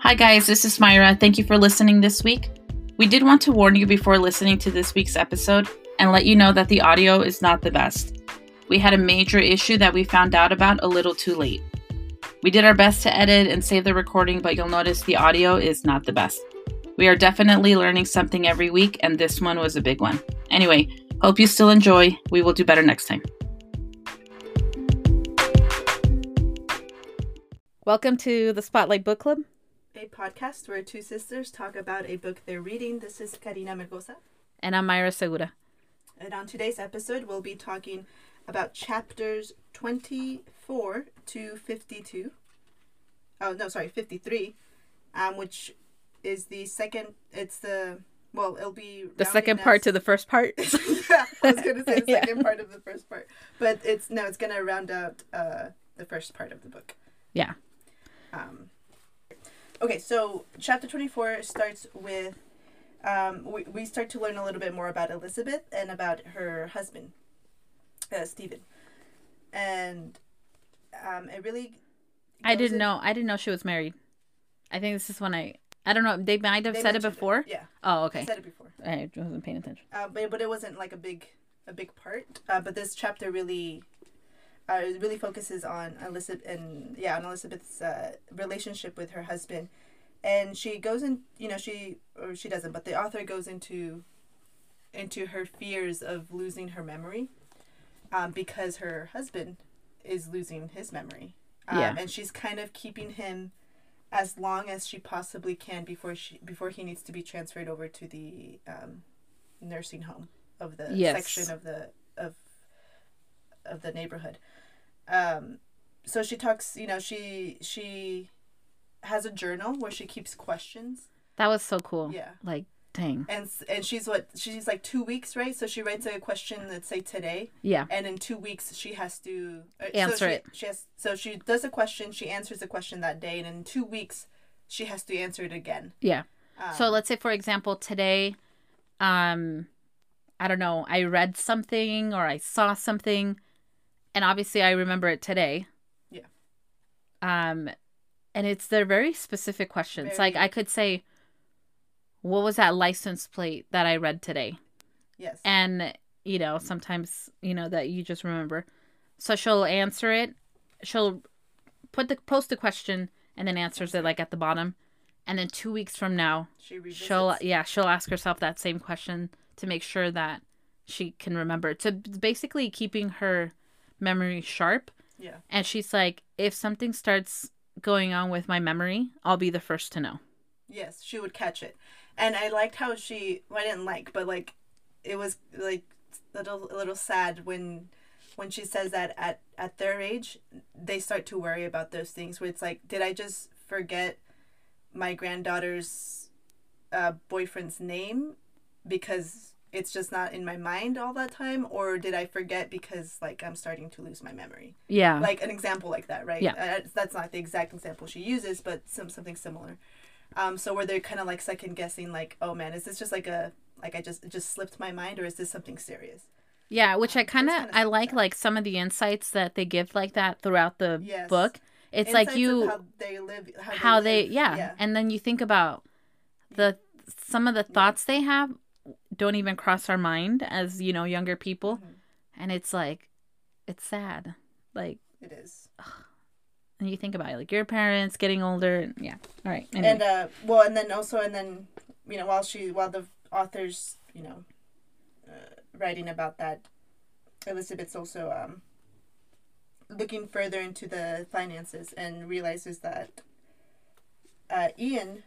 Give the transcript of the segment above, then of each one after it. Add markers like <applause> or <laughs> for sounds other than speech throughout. Hi, guys, this is Myra. Thank you for listening this week. We did want to warn you before listening to this week's episode and let you know that the audio is not the best. We had a major issue that we found out about a little too late. We did our best to edit and save the recording, but you'll notice the audio is not the best. We are definitely learning something every week, and this one was a big one. Anyway, hope you still enjoy. We will do better next time. Welcome to the Spotlight Book Club. a podcast where two sisters talk about a book they're reading. This is Karina Mergosa. And I'm Myra Segura. And on today's episode, we'll be talking about chapters 24 to 52. Oh, no, sorry, 53, um, which is the second, it's the, well, it'll be The second part to the first <laughs> part. yeah, I was going to say the <laughs> Yeah. second part of the first part. But it's, no, it's going to round out uh, the first part of the book. yeah. Um, okay, so chapter 24 starts with um, we, we start to learn a little bit more about Elizabeth and about her husband, uh, Stephen. And um, it really. I goes didn't in- know. I didn't know she was married. I think this is when I. I don't know. They might have they said it mentioned before. Yeah, Oh, I okay. said it before. I wasn't paying attention. Uh, but, but it wasn't like a big a big part. Uh, but this chapter really. Uh, it really focuses on Elizabeth and yeah on Elizabeth's uh, relationship with her husband, and she goes in you know she or she doesn't but the author goes into into her fears of losing her memory um, because her husband is losing his memory um, Yeah. and she's kind of keeping him as long as she possibly can before she before he needs to be transferred over to the um, nursing home of the Yes. section of the of of the neighborhood um, so she talks you know she she has a journal where she keeps questions That was so cool. Yeah. Like, dang. and s- and she's what she's like two weeks right so she writes a question let's say today Yeah. and in two weeks she has to uh, so Answer she, it. she has so she does a question she answers the question that day and in two weeks she has to answer it again Um, Yeah. so let's say, for example, today, um, I don't know. I read something or I saw something, and obviously I remember it today. Yeah. Um, and it's they're very specific questions. Like Very- I could say, "What was that license plate that I read today?" yes and you know sometimes you know that you just remember so she'll answer it she'll put the post the question and then answers it like at the bottom and then two weeks from now she revisits. she'll yeah she'll ask herself that same question to make sure that she can remember to basically keeping her memory sharp yeah and she's like if something starts going on with my memory i'll be the first to know Yes, she would catch it. And I liked how she well, I didn't like, but like it was like a little a little sad when when she says that at at their age they start to worry about those things where it's like did I just forget my granddaughter's uh, boyfriend's name because it's just not in my mind all that time or did I forget because like I'm starting to lose my memory? yeah like an example like that, right? Yeah. Uh, that's not the exact example she uses, but some something similar. Um, so where they're kind of like second guessing, like, oh man, is this just like a like I just it just slipped my mind, or is this something serious? Yeah, which I kind of kinda I like sad. like some of the insights that they give like that throughout the Yes. book. It's like Insights of you how they live, how, how they live. yeah. and then you think about the some of the thoughts they have don't even cross our mind as you know younger people Mhm. and it's like it's sad like it is. and you think about it, like your parents getting older and yeah all right And uh, well, and then also, and then you know, while she, while the authors, you know, uh, writing about that, Elizabeth's also um, looking further into the finances and realizes that uh, Ian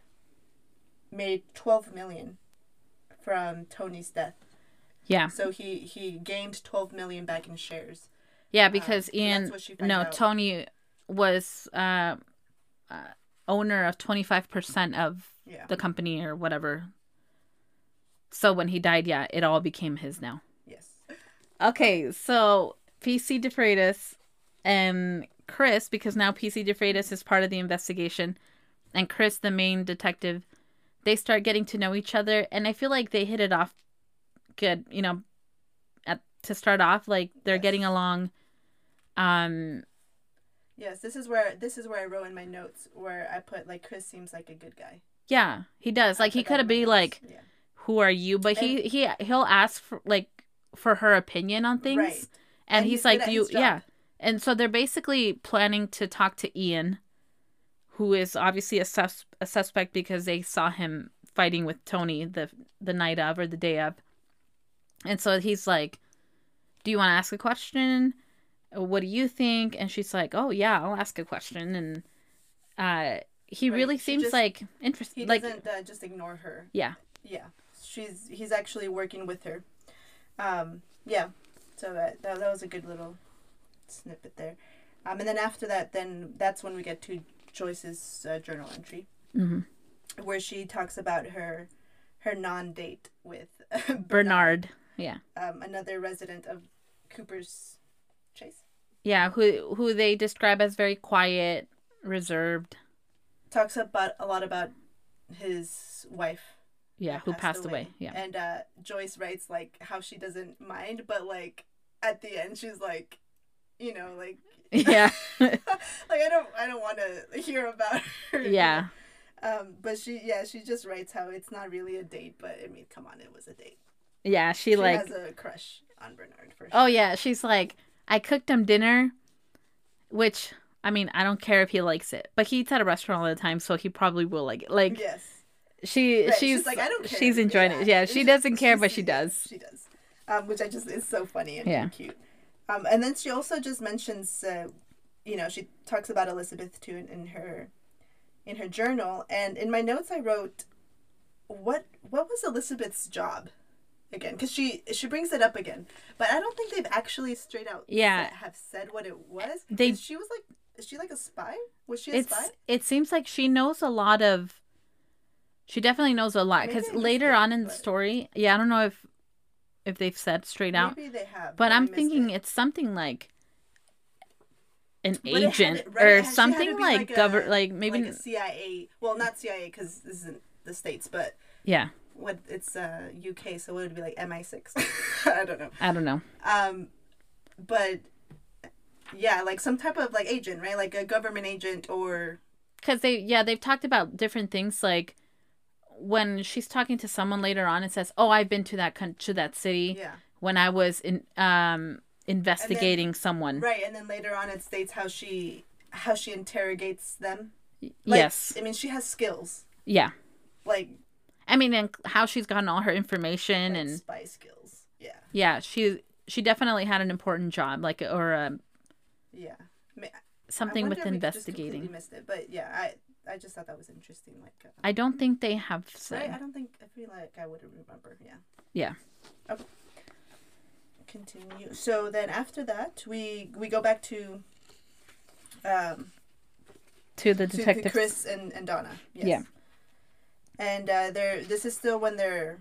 made twelve million from Tony's death, yeah so he he gained twelve million back in shares. yeah because uh, and Ian that's what she found no out. Tony was uh, uh owner of 25% of Yeah, the company or whatever. So when he died, yeah, it all became his now. yes, Okay, so PC DeFreitas and Chris, because now PC DeFreitas is part of the investigation, and Chris, the main detective, they start getting to know each other, and I feel like they hit it off good, you know, at, to start off. Like they're Yes. getting along. Um, Yes, this is where this is where I wrote in my notes where I put like Chris seems like a good guy. Yeah, he does. I Like he put that could in have my be notes. like, yeah. "Who are you?" But he he he'll ask for like for her opinion on things, Right. and, And he's, he's good like, at "Do you his job." yeah." And so they're basically planning to talk to Ian, who is obviously a sus- a suspect because they saw him fighting with Tony the the night of or the day of, and so he's like, "Do you want to ask a question? What do you think?" And she's like, "Oh yeah, I'll ask a question." And uh, he Right, really she seems just- like interested. He Like doesn't uh, just ignore her. yeah. Yeah, she's he's actually working with her. Um, yeah, so that, that that was a good little snippet there. Um, and then after that, then that's when we get to Joyce's uh, journal entry. Mm-hmm. where she talks about her her non-date with <laughs> Bernard. Yeah. um, another resident of Cooper's Chase. Yeah, who who they describe as very quiet, reserved. Talks about a lot about his wife. Yeah, that who passed, away. Yeah. And uh, Joyce writes like how she doesn't mind, but like at the end she's like, you know, like <laughs> Yeah. <laughs> like I don't I don't want to hear about her. yeah. Um, but she yeah she just writes how it's not really a date, but I mean come on it was a date. Yeah, she, She like has a crush on Bernard for sure. Oh yeah, she's like I cooked him dinner, which I mean, I don't care if he likes it, but he eats at a restaurant all the time, so he probably will like it. Like Yes. she, Right, she's, like, I don't She's enjoying it. Yeah, she It's- doesn't care, she's- but she yeah, does. She does. Um, which I just is so funny and Yeah. cute. Um, and then she also just mentions, uh, you know, she talks about Elizabeth too in, in her, in her journal. And in my notes, I wrote, what what was Elizabeth's job, again? Because she she brings it up again, but I don't think they've actually straight out Yeah. sa- have said what it was. They- Is she was like, is she like a spy? Was she a It's spy? it seems like she knows a lot of she definitely knows a lot Maybe cuz I missed later it, on in the but- story, yeah, I don't know if if they've said straight out Maybe they have. But I I'm missed thinking it. it's something like an But it had agent it- right, it or had- she had to something be like, like govern a- like maybe like a CIA. Well, not CIA because this isn't the states, but yeah, what it's uh, UK, so it would be like MI6. <laughs> I don't know. I don't know. Um, but yeah, like some type of like agent, right? Like a government agent or Cuz they yeah, they've talked about different things like when she's talking to someone later on and says, "Oh, I've been to that con- to that city yeah, when I was in um investigating someone." right. And then later on, it states how she how she interrogates them. Like, yes. I mean she has skills Yeah. like I mean, and how she's gotten all her information like and spy skills. Yeah, yeah, she she definitely had an important job like or um, yeah. I something wonder with if we just investigating. completely Missed it, but yeah, I I just thought that was interesting. Like. uh, I don't think they have said. Right? I don't think I feel like I would remember. Yeah. Yeah. Okay. Continue. So then after that, we we go back to um to the to- detective. to Chris and, and Donna. Yes. Yeah. And uh, they're this is still when they're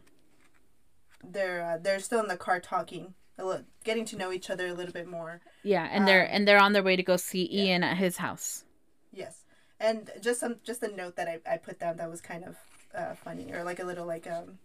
they're uh, they're still in the car talking, a little, getting to know each other a little bit more. Yeah, and they're Um, and they're on their way to go see Ian at his house. Yes, and just some just a note that I, I put down that was kind of uh, funny or like a little like um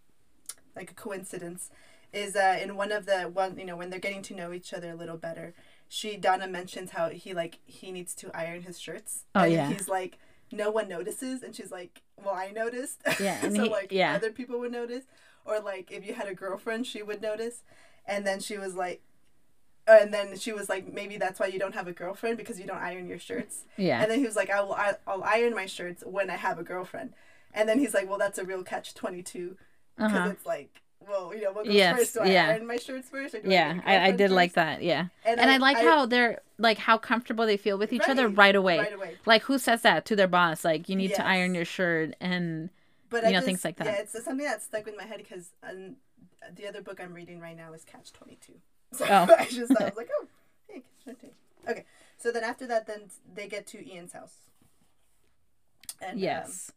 like a coincidence is uh in one of the one you know when they're getting to know each other a little better, she Donna mentions how he like he needs to iron his shirts. Oh, and yeah. He's like no one notices, and she's like, well I noticed. <laughs> Yeah, and so he- like yeah. other people would notice, or like if you had a girlfriend, she would notice, and then she was like. And then she was like, maybe that's why you don't have a girlfriend because you don't iron your shirts. Yeah, And then he was like, I will, I, I'll iron my shirts when I have a girlfriend. And then he's like, well, that's a real catch 22. Because uh-huh. it's like, well, you know, what goes Yes, first? Do I yeah. iron my shirts first? Or do I yeah, get a I, I girlfriend did like first?" that. Yeah, and, I, like how they're like how comfortable they feel with each other Right, right away. right away. Like who says that to their boss? Like you need Yes. to iron your shirt, and But you I know, just, things like that. Yeah, it's something that stuck with my head because um, the other book I'm reading right now is Catch 22. <laughs> So Oh. I just thought, I was like, oh, hey, Catch 22. Okay. So then after that, then they get to Ian's house. And um, yes.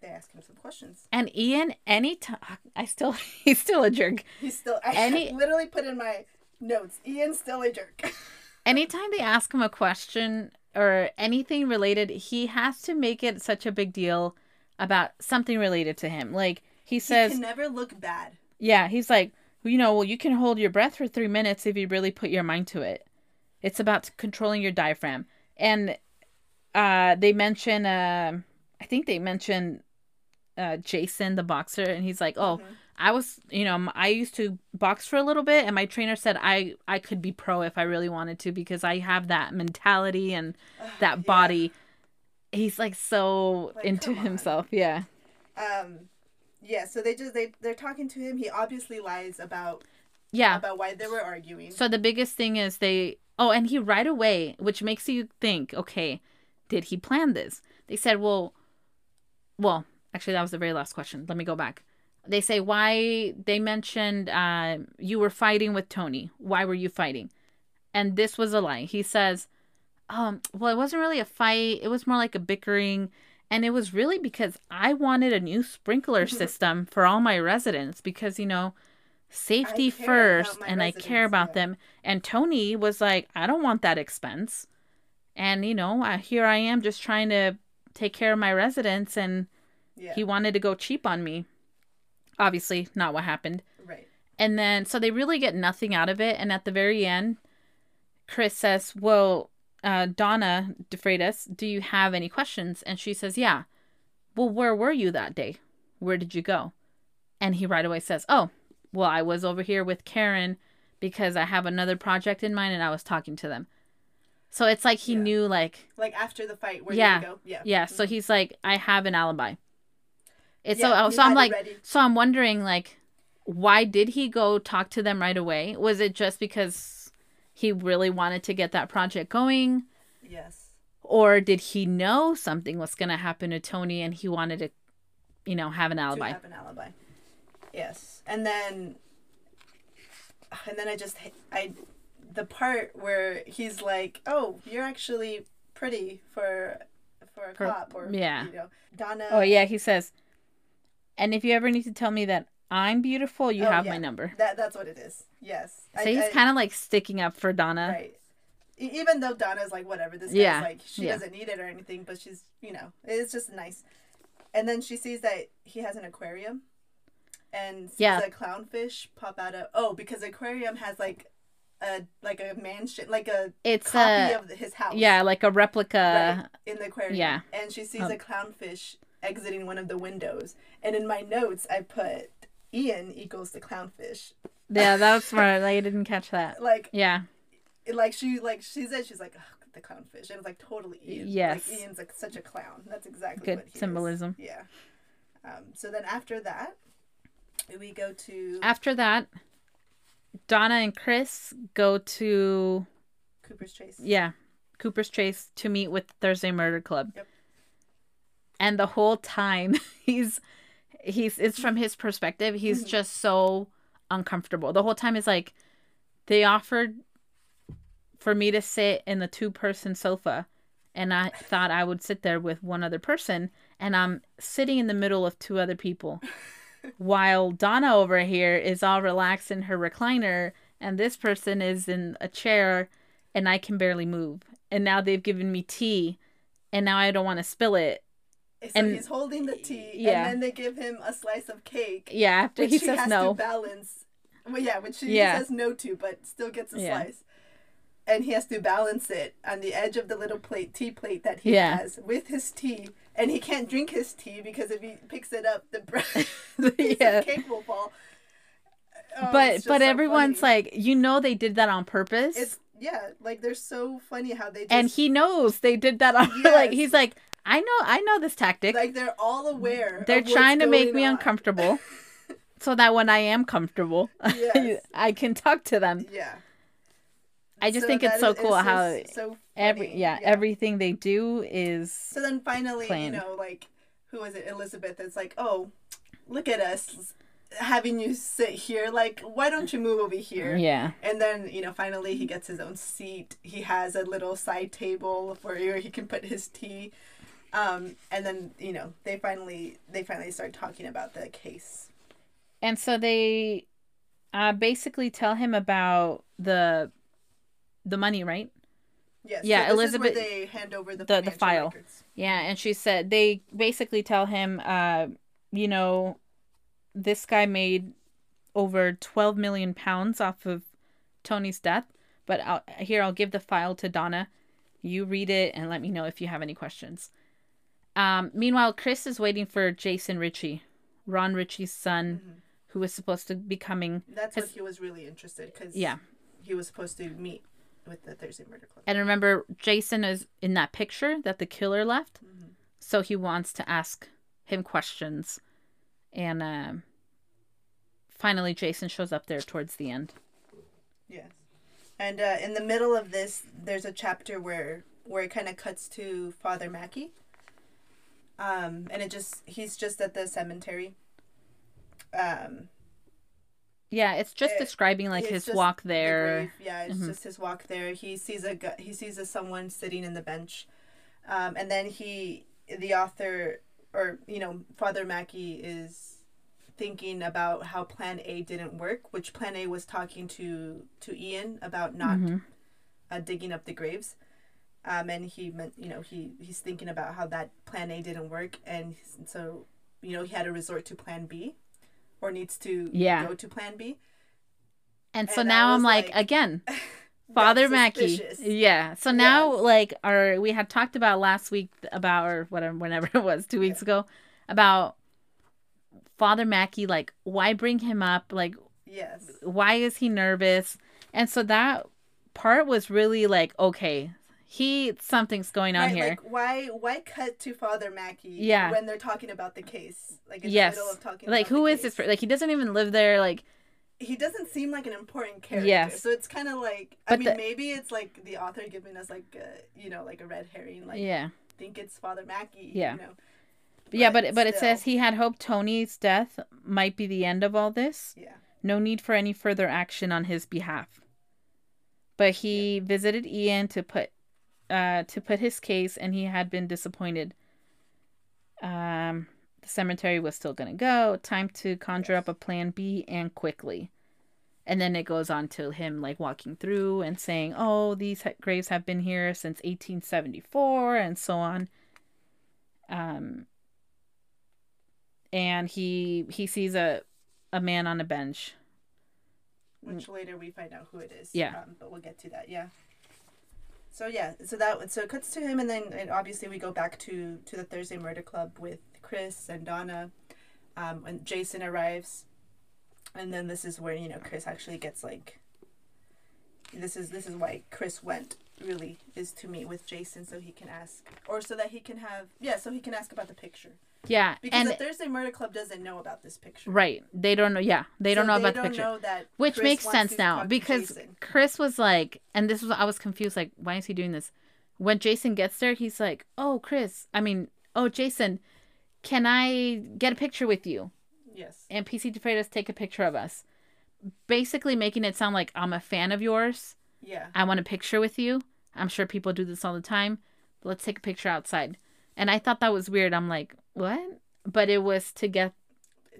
they ask him some questions. and Ian, any time I still <laughs> he's still a jerk. He's still. I <laughs> Any- literally put in my notes. Ian's still a jerk. <laughs> Anytime they ask him a question or anything related, he has to make it such a big deal about something related to him. Like he says, he can never look bad. Yeah, he's like, you know, well, you can hold your breath for three minutes if you really put your mind to it. It's about controlling your diaphragm. and uh, they mention, um I think they mention uh, Jason the boxer, and he's like, "Oh, Mhm. I was, you know, m- I used to box for a little bit, and my trainer said I I could be pro if I really wanted to because I have that mentality and Ugh, that yeah. body." He's like so Like, into come on. himself, yeah. Um, yeah. So they just they they're talking to him. He obviously lies about Yeah. about why they were arguing. So the biggest thing is they. Oh, and he right away, which makes you think, okay, did he plan this? They said, well, well, actually, that was the very last question. Let me go back. They say why they mentioned uh, you were fighting with Tony. Why were you fighting? And this was a lie. He says, um, well, it wasn't really a fight. It was more like a bickering. And it was really because I wanted a new <laughs> sprinkler system for all my residents because, you know, safety care about first my and I care residents, about yeah. them. And Tony was like, I don't want that expense. And, you know, I, here I am just trying to take care of my residents. And yeah. he wanted to go cheap on me. Obviously, not what happened. right. And then, so they really get nothing out of it. And at the very end, Chris says, Well, uh, Donna DeFreitas, do you have any questions? And she says, Yeah. Well, where were you that day? Where did you go? And he right away says, Oh, well, I was over here with Karen because I have another project in mind and I was talking to them. So it's like he Yeah. knew, like, Like after the fight, where Yeah. did you go? Yeah. yeah, so he's like, I have an alibi. It's Yeah, so, he so I'm had it like, ready. so I'm wondering, like, why did he go talk to them right away? Was it just because he really wanted to get that project going, Yes. or did he know something was going to happen to Tony and he wanted to, you know, have an To alibi? have an alibi. Yes. And then and then I just I the part where he's like, "Oh, you're actually pretty for for a For- cop or yeah. you know, Donna Oh yeah, he says. And if you ever need to tell me that I'm beautiful, you Oh, have yeah. my number. That that's what it is. Yes. So he's kind of like sticking up for Donna. right. E- Even though Donna's like whatever this Yeah, guy's like she yeah. doesn't need it or anything, but she's you know it's just nice. And then she sees that he has an aquarium, and sees Yeah. a clownfish pop out of oh because the aquarium has like a like a mansion like a It's copy a of his house yeah, like a replica. right, in the aquarium yeah. and she sees Um, a clownfish exiting one of the windows and in my notes I put Ian equals the clownfish Yeah, that was smart. I didn't catch that. like Yeah. it- like she like she said she's like "Ugh, the clownfish and it's like totally Ian. Yes. like, Ian's like such a clown. That's exactly Good what he is. symbolism. Yeah. Um, so then after that, we go to After that, Donna and Chris go to Cooper's Chase. yeah, Cooper's Chase to meet with Thursday Murder Club. Yep. And the whole time <laughs> he's he's it's from his perspective, he's Mhm. just so uncomfortable. The whole time is like they offered for me to sit in the two person sofa and I thought I would sit there with one other person and I'm sitting in the middle of two other <laughs> people. While Donna over here is all relaxed in her recliner and this person is in a chair and I can barely move. And now they've given me tea and now I don't want to spill it. So and- he's holding the tea, yeah. and then they give him a slice of cake, Yeah, after which he he says has to no. balance. Well, yeah, which he Yeah. says no to, but still gets a Yeah. slice. And he has to balance it on the edge of the little plate tea plate that he Yeah. has with his tea, and he can't drink his tea because if he picks it up, the bread. <laughs> <laughs> piece yeah. of cake will fall. Oh, But it's just but so everyone's funny. like, you know they did that on purpose. it's yeah, like they're so funny how they just and he knows they did that on <laughs> like Yes. he's like, I know I know this tactic. like they're all aware. They're of what's trying to make going me on. <laughs> uncomfortable so that when I am comfortable, <laughs> Yes. I can talk to them. Yeah, I just So think it's that so is- cool how so, so every funny. yeah, everything they do is So then finally, planned. you know, like who is it? Elizabeth. It's like, oh, look at us having you sit here. Like, why don't you move over here? yeah. And then, you know, finally he gets his own seat. He has a little side table for where he can put his tea. Um, and then, you know, they finally they finally start talking about the case. And so they uh basically tell him about the the money, right? Yes. Yeah, so this is where Elizabeth- they hand over the the- the financial file. records. Yeah, and she said they basically tell him uh you know this guy made over 12 million pounds off of Tony's death, but I'll, here I'll give the file to Donna You read it and let me know if you have any questions. Um, meanwhile, Chris is waiting for Jason Ritchie, Ron Ritchie's son, Mhm. who is supposed to be coming. That's what Has- he was really interested because Yeah. he was supposed to meet with the Thursday Murder Club. And remember, Jason is in that picture that the killer left. Mhm. so he wants to ask him questions and um finally jason shows up there towards the end Yes. And uh, in the middle of this, there's a chapter where where it kind of cuts to Father Mackey. Um, and it just he's just at the cemetery. Um, yeah it's just Eh, describing like it's his just walk the there grave. Yeah, it's Mhm. just his walk there. He sees a gu- he sees a someone sitting in the bench, um, and then he the author or you know Father Mackey is thinking about how Plan A didn't work, which Plan A was talking to to Ian about not Mhm. uh, digging up the graves. Um, and he meant, you know, he he's thinking about how that plan A didn't work, and s- so, you know, he had to resort to plan B, or needs to Yeah. go to plan B. and so and I now i'm was like, like, again <laughs> That's father mackey suspicious. yeah so now Yes. like our we had talked about last week about or whatever whenever <laughs> it was two weeks ago about father mackey like why bring him up like Yes. why is he nervous and so that part was really like okay he something's going on Right, here Like, why why cut to Father Mackey Yeah. when they're talking about the case? Like in Yes. the middle of talking like, about who the is this case. per- like he doesn't even live there like He doesn't seem like an important character. Yes. So it's kind of like I But mean the- maybe it's like the author giving us like a, you know, like a red herring like yeah think it's Father Mackey, Yeah. you know. yeah but but it still. says he had hoped tony's death might be the end of all this Yeah. no need for any further action on his behalf but he visited ian to put uh to put his case and he had been disappointed um the cemetery was still gonna go time to conjure up a plan b and quickly and then it goes on to him like walking through and saying oh these ha- graves have been here since 1874 and so on um and he he sees a a man on a bench which later we find out who it is. Mm. Yeah. Um, but we'll get to that. Yeah. So yeah, so that so it cuts to him, and then and obviously we go back to to the Thursday Murder Club with Chris and Donna, um, and Jason arrives, and then this is where you know Chris actually gets like. This is this is why Chris went really is to meet with Jason so he can ask or so that he can have yeah so he can ask about the picture yeah because the and Thursday Murder Club doesn't know about this picture right they don't know yeah they don't So know about the picture know that which Chris makes wants sense to now talk to because Jason. Chris was like, and this was I was confused, like, why is he doing this? When Jason gets there, he's like, "Oh, Chris, I mean, oh, Jason, can I get a picture with you?" yes And PC Defredas take a picture of us, basically making it sound like I'm a fan of yours. Yeah. I want a picture with you. I'm sure people do this all the time. Let's take a picture outside. And I thought that was weird. I'm like, what? But it was to get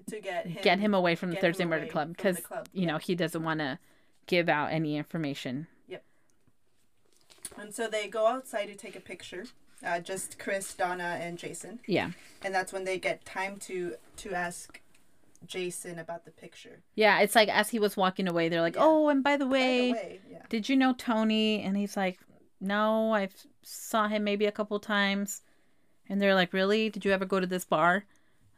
To get him. get him away from the get him Thursday Murder away Club from the because club, you know he doesn't want to give out any information. And so they go outside to take a picture. Uh, just Chris, Donna, and Jason. Yeah, And that's when they get time to to ask Jason about the picture. yeah. It's like as he was walking away, they're like, Yeah. "Oh, and by the By way, the way, yeah. did you know Tony?" And he's like, "No, I have saw him maybe a couple times." And they're like, "Really? Did you ever go to this bar?"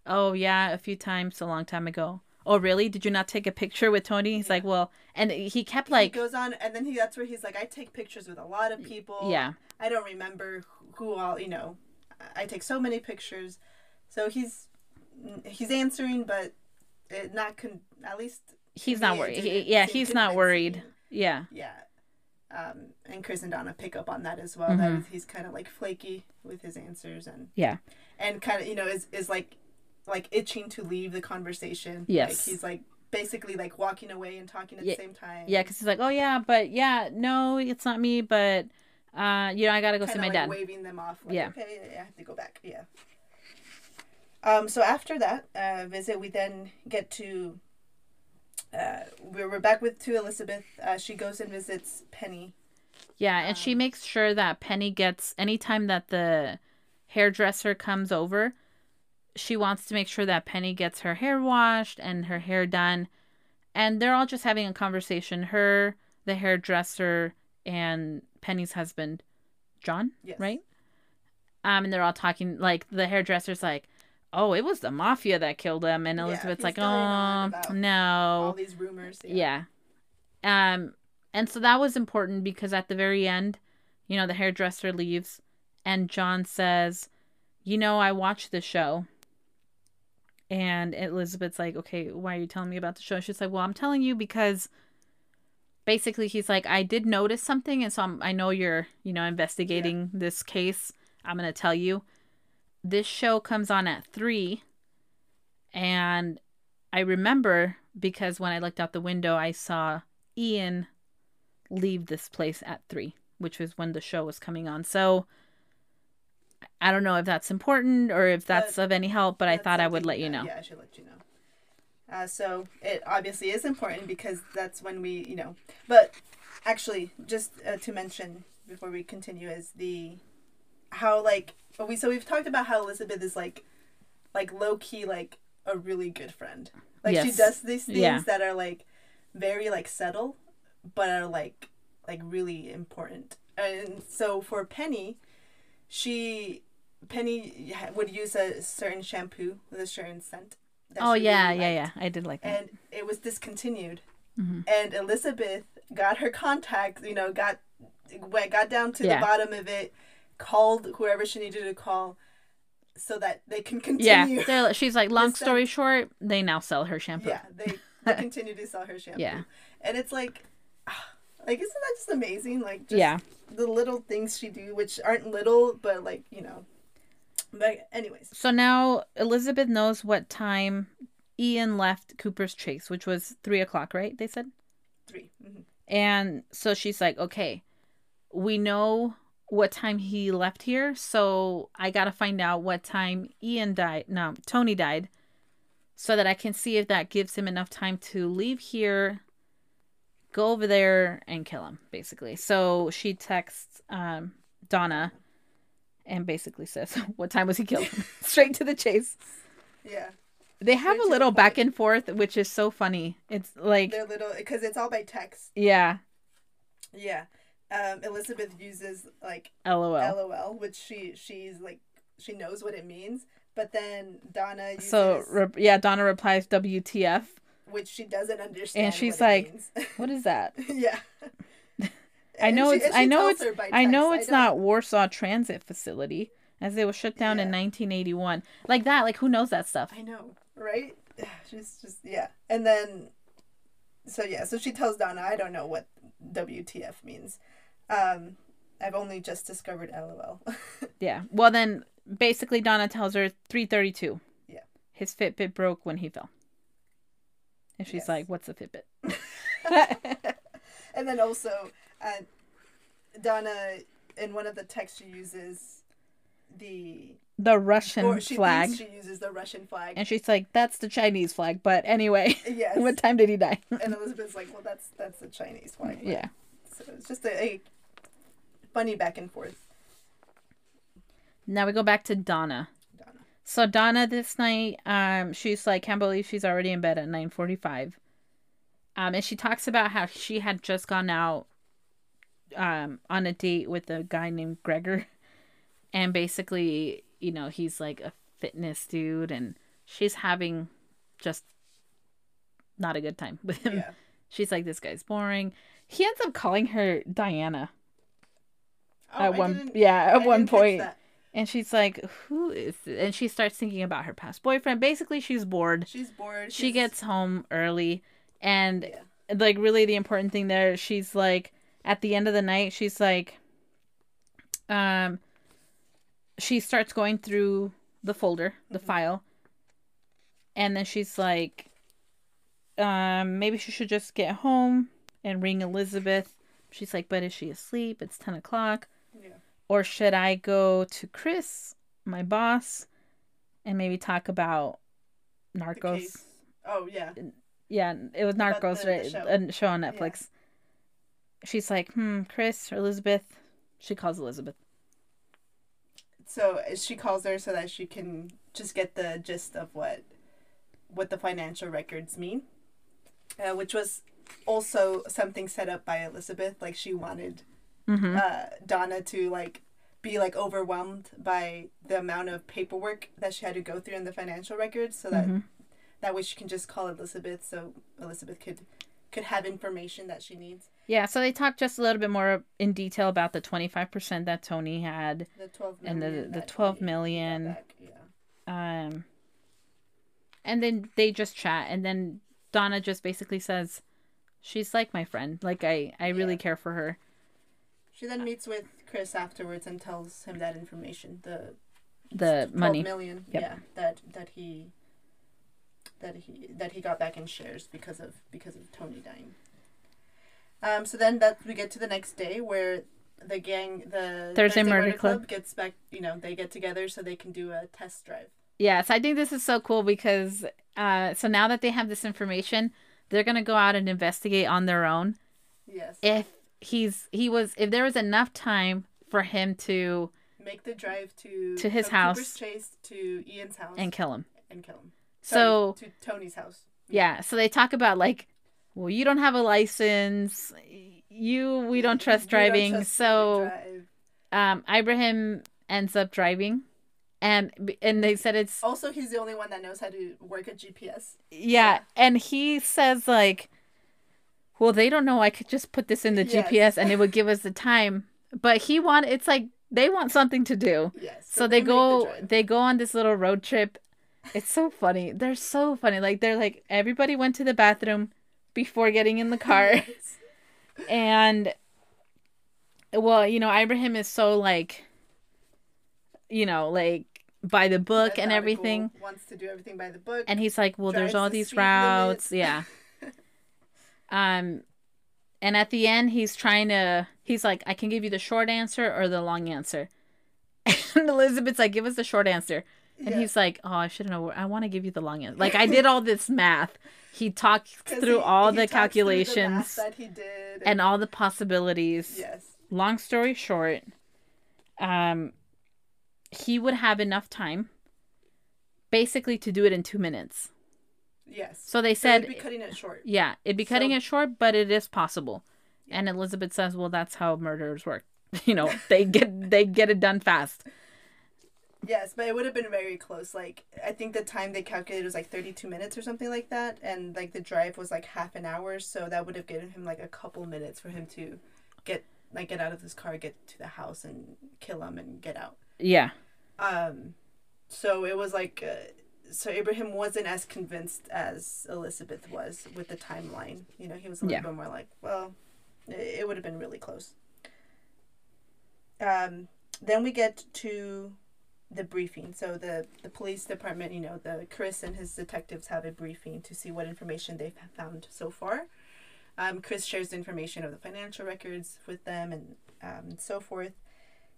"Oh yeah, a few times, a long time ago." "Oh really? Did you not take a picture with Tony?" He's like, "Well," and he kept like, he goes on, and then he that's where he's like, I take pictures with a lot of people. "Yeah, I don't remember who- who all you know. I- I take so many pictures. So he's he's answering, but it not con- at least he's to not me, it worried. He- didn't yeah, seem he's not convincing. worried. Yeah, Yeah. Um, and Chris and Donna pick up on that as well. That Mhm. he's kind of like flaky with his answers and Yeah. and kind of you know is is like like itching to leave the conversation. Yes. like, he's like basically like walking away and talking at Ye- the same time. yeah." Because he's like, "Oh yeah, but yeah, no, it's not me, but uh, you know, I gotta go see Kinda, my like, dad." waving them off. Like, Yeah. okay, yeah, yeah, I have to go back. Yeah. Um. So after that uh, visit, we then get to. Uh, we're, we're back with to Elizabeth. Uh, she goes and visits Penny. Yeah, and she Um, makes sure that Penny gets anytime that the hairdresser comes over, she wants to make sure that Penny gets her hair washed and her hair done. And they're all just having a conversation her, the hairdresser, and Penny's husband, John, Yes. right? Um, and they're all talking like the hairdresser's like, "Oh, it was the mafia that killed him," and Yeah, Elizabeth's he's like, going on "Oh, about all no, these rumors. yeah. Um, and so that was important because at the very end, you know, the hairdresser leaves, and John says, "You know, I watched the show." And Elizabeth's like, "Okay, why are you telling me about the show?" She's like, "Well, I'm telling you because." Basically, he's like, I did notice something, and so I'm, I know you're, you know, investigating this case. I'm gonna tell you. This show comes on at three, and I remember because when I looked out the window, I saw Ian leave this place at three, which was when the show was coming on. So I don't know if that's important or if that's of any help, but I That's thought I would something let you know. that- Yeah, I should let you know. Uh, so it obviously is important because that's when we, you know. But actually, just uh, to mention before we continue is the how like we so we've talked about how Elizabeth is like like low key like a really good friend. Like she Yes. does these things Yeah. that are like very like subtle, but are like like really important. And so for Penny, she Penny ha- would use a certain shampoo with a certain scent. that Oh, she really yeah, yeah, yeah. liked, I did like that. And it was discontinued. Mhm. And Elizabeth got her contact, you know, got went got down to Yeah. the bottom of it, called whoever she needed to call, so that they can Yeah. continue. they're- She's like, long scent. story short, they now sell her <laughs> shampoo. Yeah, they, they continue to sell her shampoo. Yeah. and it's like, <sighs> ah, like isn't that just amazing? Like, just Yeah. the little things she do, which aren't little, but like you know. But anyways, So now Elizabeth knows what time Ian left Cooper's Chase, which was three o'clock, right? They said? 3 Mm-hmm. And so she's like, okay, we know what time he left here. So I got to find out what time Ian died. No, Tony died. So that I can see if that gives him enough time to leave here, go over there, and kill him, basically. So she texts um, Donna and basically says, <laughs> what time was he <laughs> killed? Straight to the chase. Yeah, They have Straight a to the little point. back and forth, which is so funny. It's like, they're little because it's all by text. yeah, Yeah, um, Elizabeth uses like lol. LOL, which she she's like she knows what it means, but then Donna uses So re- yeah, Donna replies WTF. which she doesn't understand. and she's what it like, means. <laughs> What is that? yeah. I know she- it's and she I know tells it's her by I know text, it's don't- not Warsaw Transit Facility as it was shut down in Yeah. 1981. Like that, like who knows that stuff? I know, right? <sighs> She's just yeah, and then, so yeah, so she tells Donna, I don't know what WTF means. Um, I've only just discovered LOL. <laughs> Yeah. Well then basically Donna tells her 332. Yeah. His Fitbit broke when he fell. And she's Yes. like, "What's a Fitbit?" <laughs> and then also, uh, Donna in one of the texts she uses the The Russian or she flag. thinks she uses the Russian flag. and she's like, "That's the Chinese flag." But anyway, <laughs> yes, what time did he die? and Elizabeth's like, well, that's that's the Chinese flag. yeah. So it's just a, a funny back and forth. Now we go back to Donna. Donna. So Donna this night, um, she's like, can't believe she's already in bed at nine forty five. Um, and she talks about how she had just gone out um on a date with a guy named Gregor. <laughs> And basically, you know, he's like a fitness dude and she's having just not a good time <laughs> with him. Yeah. She's like, This guy's boring. He ends up calling her Diana Oh, at I one didn't- yeah, I at one didn't catch point. that. And she's like, "Who is?" This? And she starts thinking about her past boyfriend. Basically, she's bored. She's bored. She she's- gets home early, and Yeah. like really the important thing there, she's like, at the end of the night, she's like, um, she starts going through the folder, the file, and then she's like, um, maybe she should just get home and ring Elizabeth. She's like, but is she asleep? It's ten o'clock Yeah. or should I go to Chris, my boss, and maybe talk about The Narcos? case. Oh yeah. Yeah, it was About Narcos, the- right? the show. A show on Netflix. She's like, hmm, Chris or Elizabeth. She calls Elizabeth. So uh, she calls her so that she can just get the gist of what what the financial records mean, uh, which was also something set up by Elizabeth. Like she wanted hmm uh, Donna to like be like overwhelmed by the amount of paperwork that she had to go through in the financial records so that Mhm. that way she can just call Elizabeth so Elizabeth could could have information that she needs. Yeah, so they talked just a little bit more in detail about the 25% that Tony had. The 12 And the- million the that 12 he- million. got back, Yeah. Um and then they just chat and then Donna just basically says she's like my friend. Like I I really Yeah. care for her. She Uh, then meets with Chris afterwards and tells him that information, the The 12 money. million, Yep. yeah, that that he that he that he got back in shares because of because of Tony dying. Um, so then that we get to the next day where the gang, the Thursday Murder Club. gets back. You know, they get together so they can do a test drive. Yes, I think this is so cool because uh so now that they have this information, they're going to go out and investigate on their own. Yes, If he's he was if there was enough time for him to make the drive to To his from Cooper's house. Chase to Ian's house, and kill him. and kill him. So Sorry, to Tony's house. Yeah, so they talk about like, well, you don't have a license, you we don't trust We don't driving. trust you to so drive. um, Ibrahim ends up driving, and and they said it's also he's the only one that knows how to work a GPS. yeah, and he says like, well, they don't know. I could just put this in the Yes. GPS and it would give us the time. But he want it's like they want something to do. Yes. so they, make the go drive. they go on this little road trip it's so funny they're so funny like they're like everybody went to the bathroom before getting in the car <laughs> <laughs> Yes. and well you know ibrahim is so like you know like by the book and Methodical, everything Wants to do everything by the book. and he's like well drives there's all the these speed limit. routes <laughs> yeah um and at the end he's trying to he's like i can give you the short answer or the long answer <laughs> and elizabeth's like give us the short answer and Yeah. he's like, "Oh, I should have known. I want to give you the long answer. Like I did all this math. He talked <laughs> 'Cause through he- all he the talks through math calculations that he did. and all the possibilities. yes, Long story short, um, he would have enough time, basically, to do it in two minutes. yes. So they So we'd said, be cutting it short. yeah, it'd be cutting So- it short, but it is possible. And Elizabeth says, "Well, that's how murderers work. <laughs> you know, they get they get it done fast." Yes, but it would have been very close. Like I think the time they calculated was like thirty-two minutes or something like that, and like the drive was like half an hour, so that would have given him like a couple minutes for him to get like get out of his car, get to the house, and kill him and get out. Yeah, Um, so it was like, uh, so Abraham wasn't as convinced as Elizabeth was with the timeline. You know, he was a little Yeah. bit more like, well, it, it would have been really close. Um, then we get to the briefing. So the the police department, you know, the Chris and his detectives have a briefing to see what information they've found so far. Um, Chris shares the information of the financial records with them and um, so forth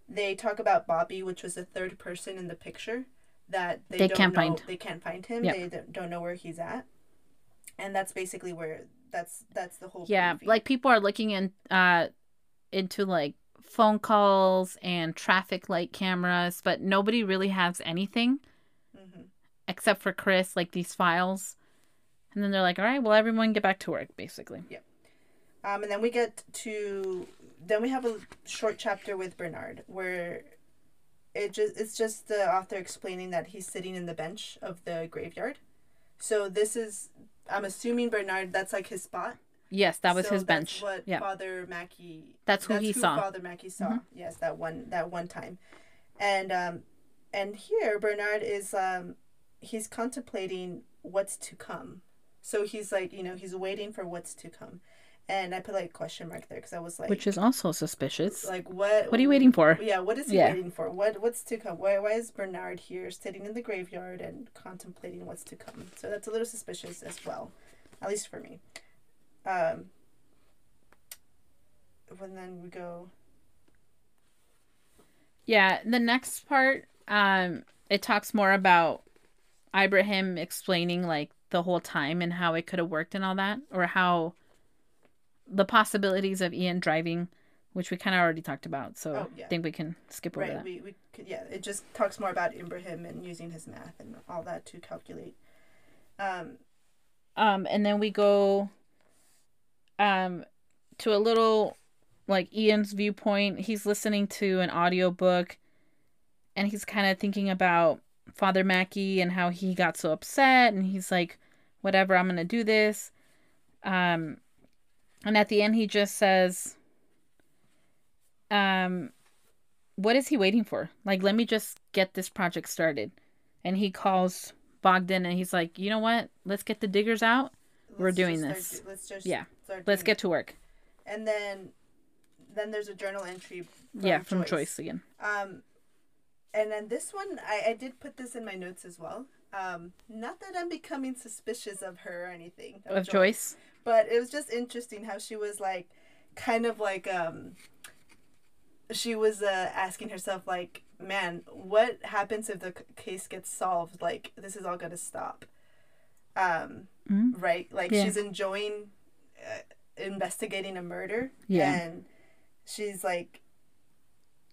they talk about Bobby, which was the third person in the picture that they, They don't can't know, find. They can't find him. Yeah. They don't- don't know where he's at, and that's basically where that's that's the whole. yeah briefing. like people are looking in uh into like phone calls and traffic light cameras but nobody really has anything Mhm. except for chris like these files and then they're like all right well everyone get back to work basically Um, and then we get to then we have a short chapter with Bernard where it just it's just the author explaining that he's sitting in the bench of the graveyard. So this is I'm assuming Bernard that's like his spot. yes that was So his bench That's what yeah Father Mackey. That's who he saw. Mm-hmm. Father Mackey saw. Yes, that one that one time, and um, and here Bernard is um, he's contemplating what's to come. So he's like, you know, he's waiting for what's to come, and I put like question mark there because I was like, which is also suspicious like what? what are you waiting for Yeah, what is he Yeah. waiting for? What what's to come? Why why is Bernard here sitting in the graveyard and contemplating what's to come? So that's a little suspicious as well, at least for me. Um. When then we go, yeah the next part um it talks more about ibrahim explaining like the whole time and how it could have worked and all that or how the possibilities of ian driving which we kind of already talked about so Oh, yeah. i think we can skip over right? that We we could, yeah. It just talks more about Ibrahim and using his math and all that to calculate. Um. um and then we go um to a little like Ian's viewpoint. He's listening to an audiobook and he's kind of thinking about Father Mackey and how he got so upset and he's like whatever, I'm going to do this. Um and at the end he just says um what is he waiting for? Like let me just get this project started. And he calls Bogdan and he's like, "You know what? Let's get the diggers out. We're Let's doing just this. start- let's just Yeah. start Let's doing get to work." it. and then then there's a journal entry. yeah, from Choice again. Um, and then this one, I, I did put this in my notes as well. Um, not that I'm becoming suspicious of her or anything Of Joyce, Joyce. but it was just interesting how she was like, kind of like um. She was uh, asking herself like, man, what happens if the c- case gets solved? Like this is all gonna stop. Um, Mhm. right? Like Yeah. she's enjoying uh, investigating a murder. Yeah. And she's like,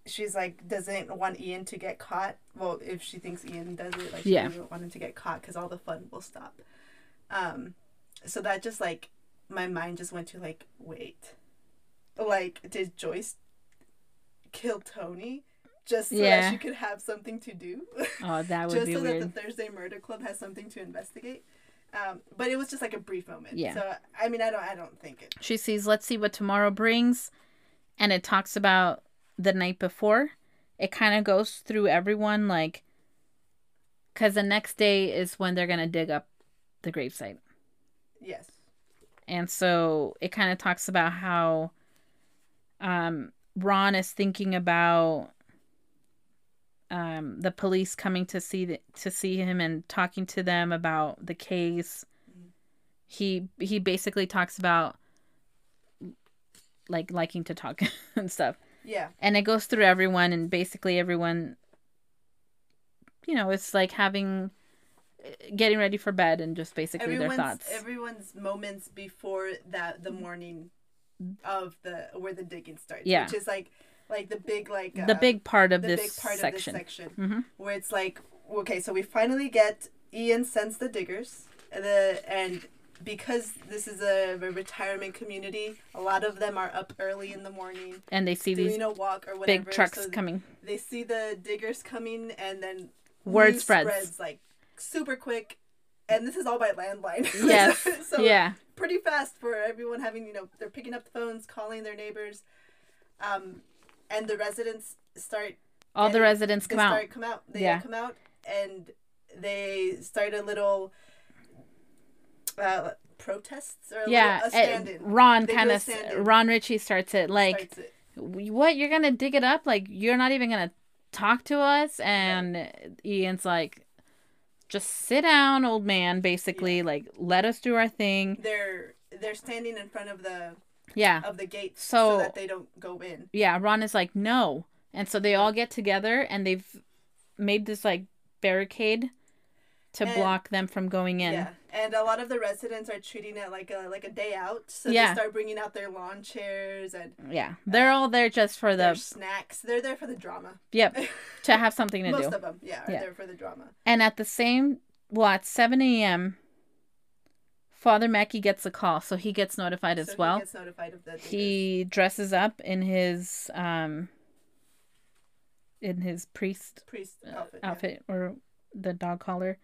she's like doesn't want Ian to get caught. Well, if she thinks Ian does it, like Yeah. she doesn't want him to get caught because all the fun will stop. Um, so that just like my mind just went to like, wait, like did Joyce kill Tony? Just so Yeah. that she could have something to do. <laughs> Oh, that would just be so weird. that the Thursday Murder Club has something to investigate. Um, but it was just like a brief moment. Yeah. So I mean, I don't, I don't think it. She sees Let's See What Tomorrow Brings, and it talks about the night before. It kind of goes through everyone, like, because the next day is when they're going to dig up the gravesite. Yes. And so it kind of talks about how um, Ron is thinking about um, the police coming to see the, to see him and talking to them about the case. He he basically talks about like liking to talk <laughs> and stuff. Yeah. And it goes through everyone and basically everyone you know, it's like having getting ready for bed and just basically Everyone's their thoughts. everyone's moments before that the morning of the where the digging starts. Yeah. Which is like, like the big like uh, the big part of the this big part section. of this section Mhm. where it's like okay, so we finally get Ian sends the diggers the and. Because this is a retirement community, a lot of them are up early in the morning and they see these doing a walk or whatever. big trucks so coming. They see the diggers coming, and then Word news spreads. like super quick. And this is all by landline. <laughs> Yes. <laughs> so yeah. pretty fast for everyone having you know they're picking up the phones, calling their neighbors, um, and the residents start All the and residents they come out. start come out. They Yeah. come out and they start a little uh, protests or a Yeah. little, uh, a and stand-in. Ron They do kind a of stand-in. Ron Ritchie starts it like Starts it. "W- what you're going to dig it up like you're not even going to talk to us and Ian's like just sit down old man basically like let us do our thing. They're they're standing in front of the Yeah. of the gates So- so that they don't go in. Yeah, Ron is like no. And so they all get together and they've made this like barricade to And- block them from going in. Yeah, and a lot of the residents are treating it like a like a day out, so Yeah. they start bringing out their lawn chairs and Yeah, they're all there just for their the snacks. They're there for the drama. <laughs> yep <laughs> to have something to Most do. of them, yeah, are Yeah. there for the drama. and at the same, well, at seven a.m., Father Mackey gets a call, so he gets notified as so well. he gets notified of the he dresses up in his um in his priest priest uh, outfit. yeah. outfit or the dog collar,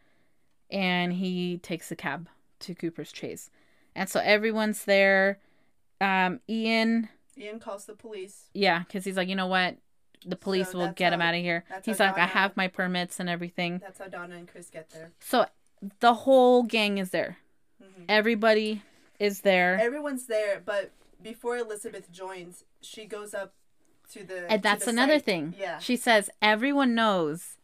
and he takes a cab to Cooper's Chase, and so everyone's there. Um, Ian Ian calls the police. Yeah, because he's like, you know what? The police will that's get him how- out of here. that's He's how like, I Donna- have my permits and everything. That's how Donna and Chris get there. So the whole gang is there. Mhm. Everybody is there. Everyone's there, but before Elizabeth joins, she goes up to the. to and that's the another site. thing. Yeah. She says, everyone knows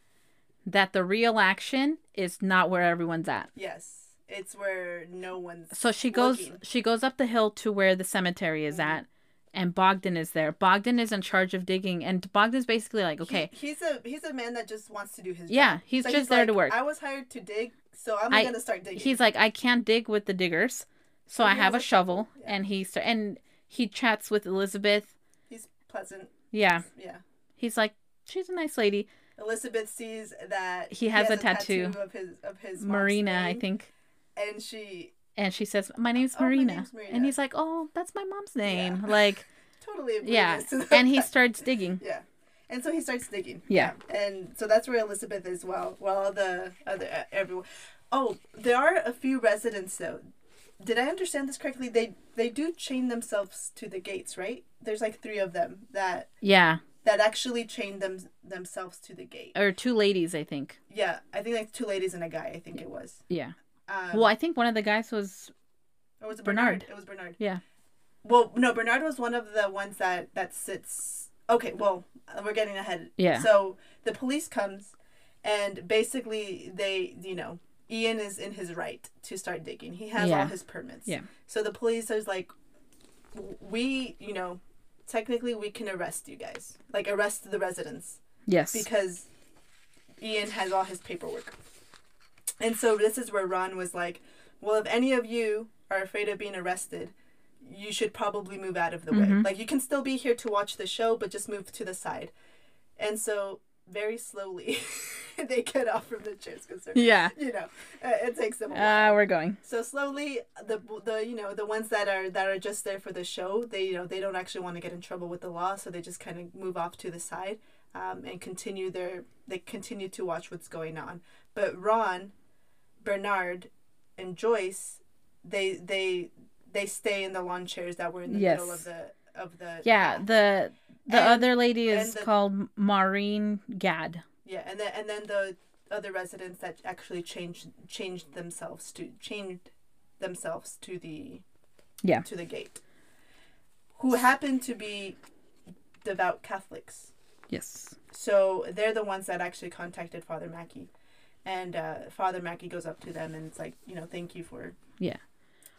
that the real action is not where everyone's at. Yes, it's where no one's. So she goes looking. Mm-hmm. she goes up the hill to where the cemetery is at and Bogdan is there. Bogdan is in charge of digging and Bogdan's basically like, He- okay, he's a he's a man that just wants to do his Yeah, job. he's just there to like, work. I was hired to dig, so I'm I- gonna start digging. he's like i can't dig with the diggers so But i he have a has a shovel shovel, yeah. and he start, and he chats with elizabeth he's pleasant. yeah Yeah. he's like she's a nice lady Elizabeth sees that He has a tattoo. of his of his mom's marina i name, think and she and she says my name's Oh, my marina. name's Marina. and he's like oh that's my mom's name <laughs> Yeah. like totally oblivious <laughs> Yeah. to the and he fact- starts digging. yeah and so he starts digging Yeah. and so that's where elizabeth is well while the other uh, everyone oh there are a few residents though did i understand this correctly they they do chain themselves to the gates right there's like three of them that Yeah. that actually chain them themselves to the gate Or two ladies, I think. yeah i think like two ladies and a guy i think it was Yeah. um, Well, I think one of the guys was or was it Bernard. bernard. it was bernard yeah. well no bernard was one of the ones that that sits okay well uh, we're getting ahead Yeah. so the police comes and basically they you know ian is in his right to start digging he has Yeah. all his permits Yeah. so the police is like w- we you know technically we can arrest you guys like arrest the residents Yes. because Ian has all his paperwork. And so this is where Ron was like, well, if any of you are afraid of being arrested, you should probably move out of the Mm-hmm. way. Like you can still be here to watch the show, but just move to the side. And so very slowly <laughs> they get off from the chairs because they're yeah. you know uh, it takes them a while. Uh, we're going. So slowly, the the you know the ones that are that are just there for the show, they you know they don't actually want to get in trouble with the law, so they just kind of move off to the side, um, and continue their they continue to watch what's going on. But Ron, Bernard, and Joyce, they they they stay in the lawn chairs that were in the Yes. middle of the of the Yeah. The the And- other lady and is the- called Maureen Gad. yeah, and then and then the other residents that actually changed changed themselves to changed themselves to the Yeah. to the gate, who happen to be devout Catholics. Yes. So they're the ones that actually contacted Father Mackey, and uh, Father Mackey goes up to them and it's like, you know, thank you for Yeah.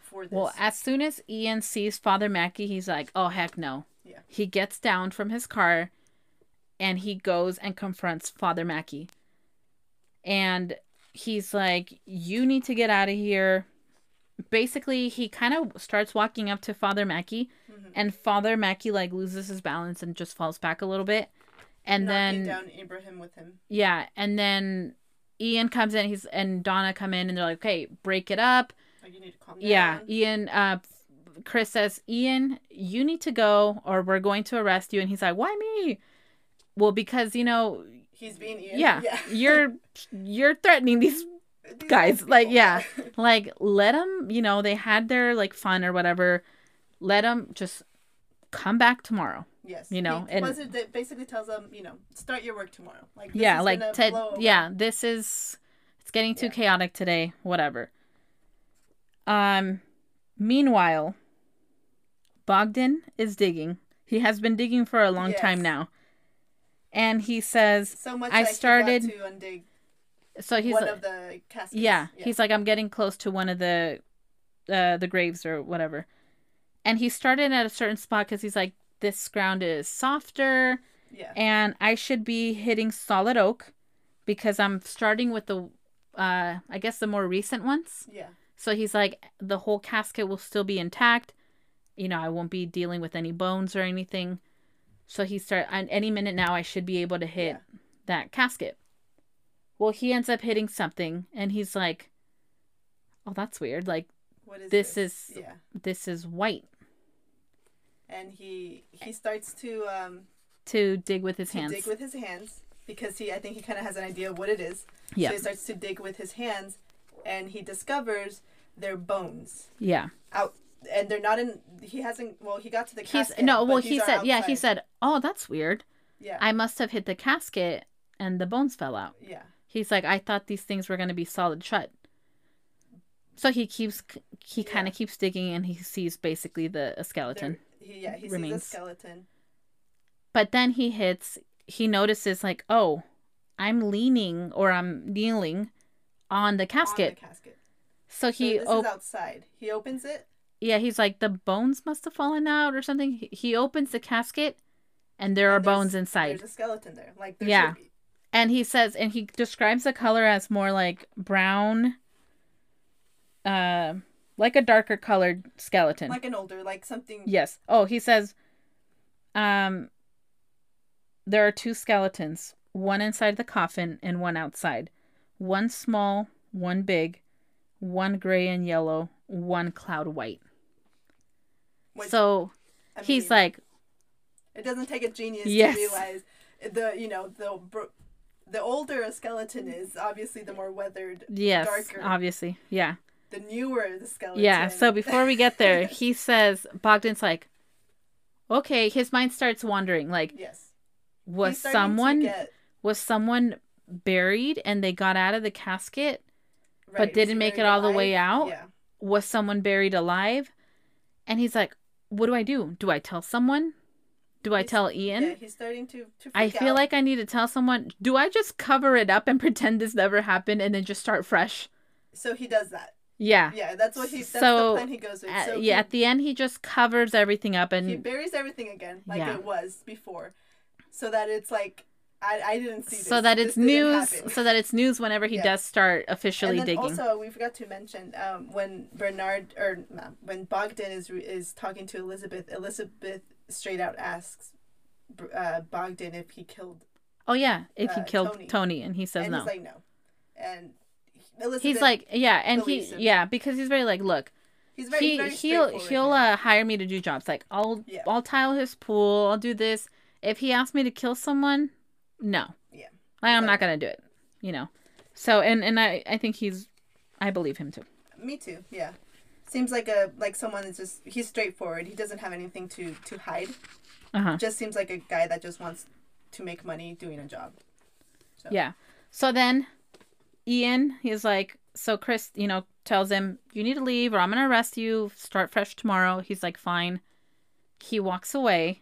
for this. Well, as soon as Ian sees Father Mackey, he's like, "Oh heck no!" Yeah. He gets down from his car, and he goes and confronts Father Mackey, and he's like, "You need to get out of here." Basically, he kind of starts walking up to Father Mackey, Mhm. and Father Mackey like loses his balance and just falls back a little bit, and then Knocking down Ibrahim with him. yeah, and then Ian comes in. He's and Donna come in, and they're like, "Okay, break it up." Like you need to calm down. Yeah, Ian. Uh, Chris says, Ian, you need to go, or we're going to arrest you. And he's like, Why me? Well, because you know, he's being Ian. yeah, <laughs> you're you're threatening these. <laughs> These guys, old like, people. yeah. <laughs> Like, let them. You know, they had their like fun or whatever. Let them just come back tomorrow. yes, You know, he and- was it that basically tells them, you know, start your work tomorrow. Like this yeah, is like gonna Ted. blow over. Yeah, this is it's getting too Yeah. chaotic today. Whatever. Um. Meanwhile, Bogdan is digging. He has been digging for a long time Yes. now, and he says. So I much that he got started- to undig So he's one like- of the caskets. yeah, he's like I'm getting close to one of the, uh, the graves or whatever, and he started at a certain spot because he's like this ground is softer. yeah. and I should be hitting solid oak because I'm starting with the uh I guess the more recent ones. Yeah. So he's like the whole casket will still be intact. You know, I won't be dealing with any bones or anything. So he start and any minute now I should be able to hit that casket. Well, he ends up hitting something and he's like Oh, that's weird. Like What is This is- yeah. this is white And he he starts to um to dig with his to hands. dig with his hands because he I think he kind of has an idea of what it is. yeah. So he starts to dig with his hands, and he discovers their bones yeah. out, and they're not in. He hasn't. Well, he got to the He's casket. no, but well these he are said yeah, he outside. said, "Oh, that's weird." Yeah. I must have hit the casket and the bones fell out. yeah. He's like, I thought these things were going to be solid shut. So he keeps, he Yeah. kind of keeps digging and he sees basically the a skeleton. They're- He, yeah. He Remains. sees a skeleton. But then he hits, he notices like, oh, I'm leaning or I'm kneeling on the On the casket. casket. So So he, this op- is outside. He opens it. yeah, he's like, the bones must have fallen out or something. He, he opens the casket and there are and there's- bones inside. There's a skeleton there. Like there Yeah. should be. and he says and he describes the color as more like brown uh like a darker colored skeleton like an older, like something. yes oh he says um there are two skeletons one inside the coffin and one outside one small one big one gray and yellow one cloud white Which, so I he's mean, like It doesn't take a genius Yes. to realize the you know the br- the older a skeleton is, obviously the more weathered. Yes, Darker. obviously. Yeah. The newer the skeleton. Yeah. So before we get there, <laughs> he says Bogdan's like, okay, his mind starts wandering. Like, yes, was He's starting to someone get- was someone buried and they got out of the casket? right, didn't make very it all the way out? Yeah. Was someone buried alive? And he's like, what do I do? Do I tell someone? Do I He's- tell Ian? yeah, he's starting to. to I freak feel out. like I need to tell someone. Do I just cover it up and <laughs> pretend this never happened and then just start fresh? so he does that. Yeah. Yeah, that's what he. That's So, the plan he goes with. At- So yeah, at the end, he just covers everything up he, he and buries everything again, like Yeah. it was before, so that it's like I, I didn't see. This. so that it's This didn't news. happen. So that it's news whenever he Yeah. does start officially and then digging. Also, we forgot to mention um, when Bernard or nah, when Bogdan is re- is talking to Elizabeth. Elizabeth straight out asks Br- uh, Bogdan if he killed, oh yeah, if he uh, killed Tony. Tony. and he says and no, he's like no, and he- Elizabeth. he's like yeah, and he believes him. yeah because he's very like look he's very, he very he'll straightforward he'll here. uh, hire me to do jobs like I'll Yeah. I'll tile his pool I'll do this if he asks me to kill someone no Yeah. like I'm not Exactly. gonna do it you know so and and I I think he's I believe him too Me too. Yeah. Seems like a like someone that's just he's straightforward. He doesn't have anything to to hide. uh huh Just seems like a guy that just wants to make money doing a job. So- Yeah. So then Ian is like, so Chris, you know, tells him, you need to leave or I'm going to arrest you. Start fresh tomorrow. He's like, fine. He walks away.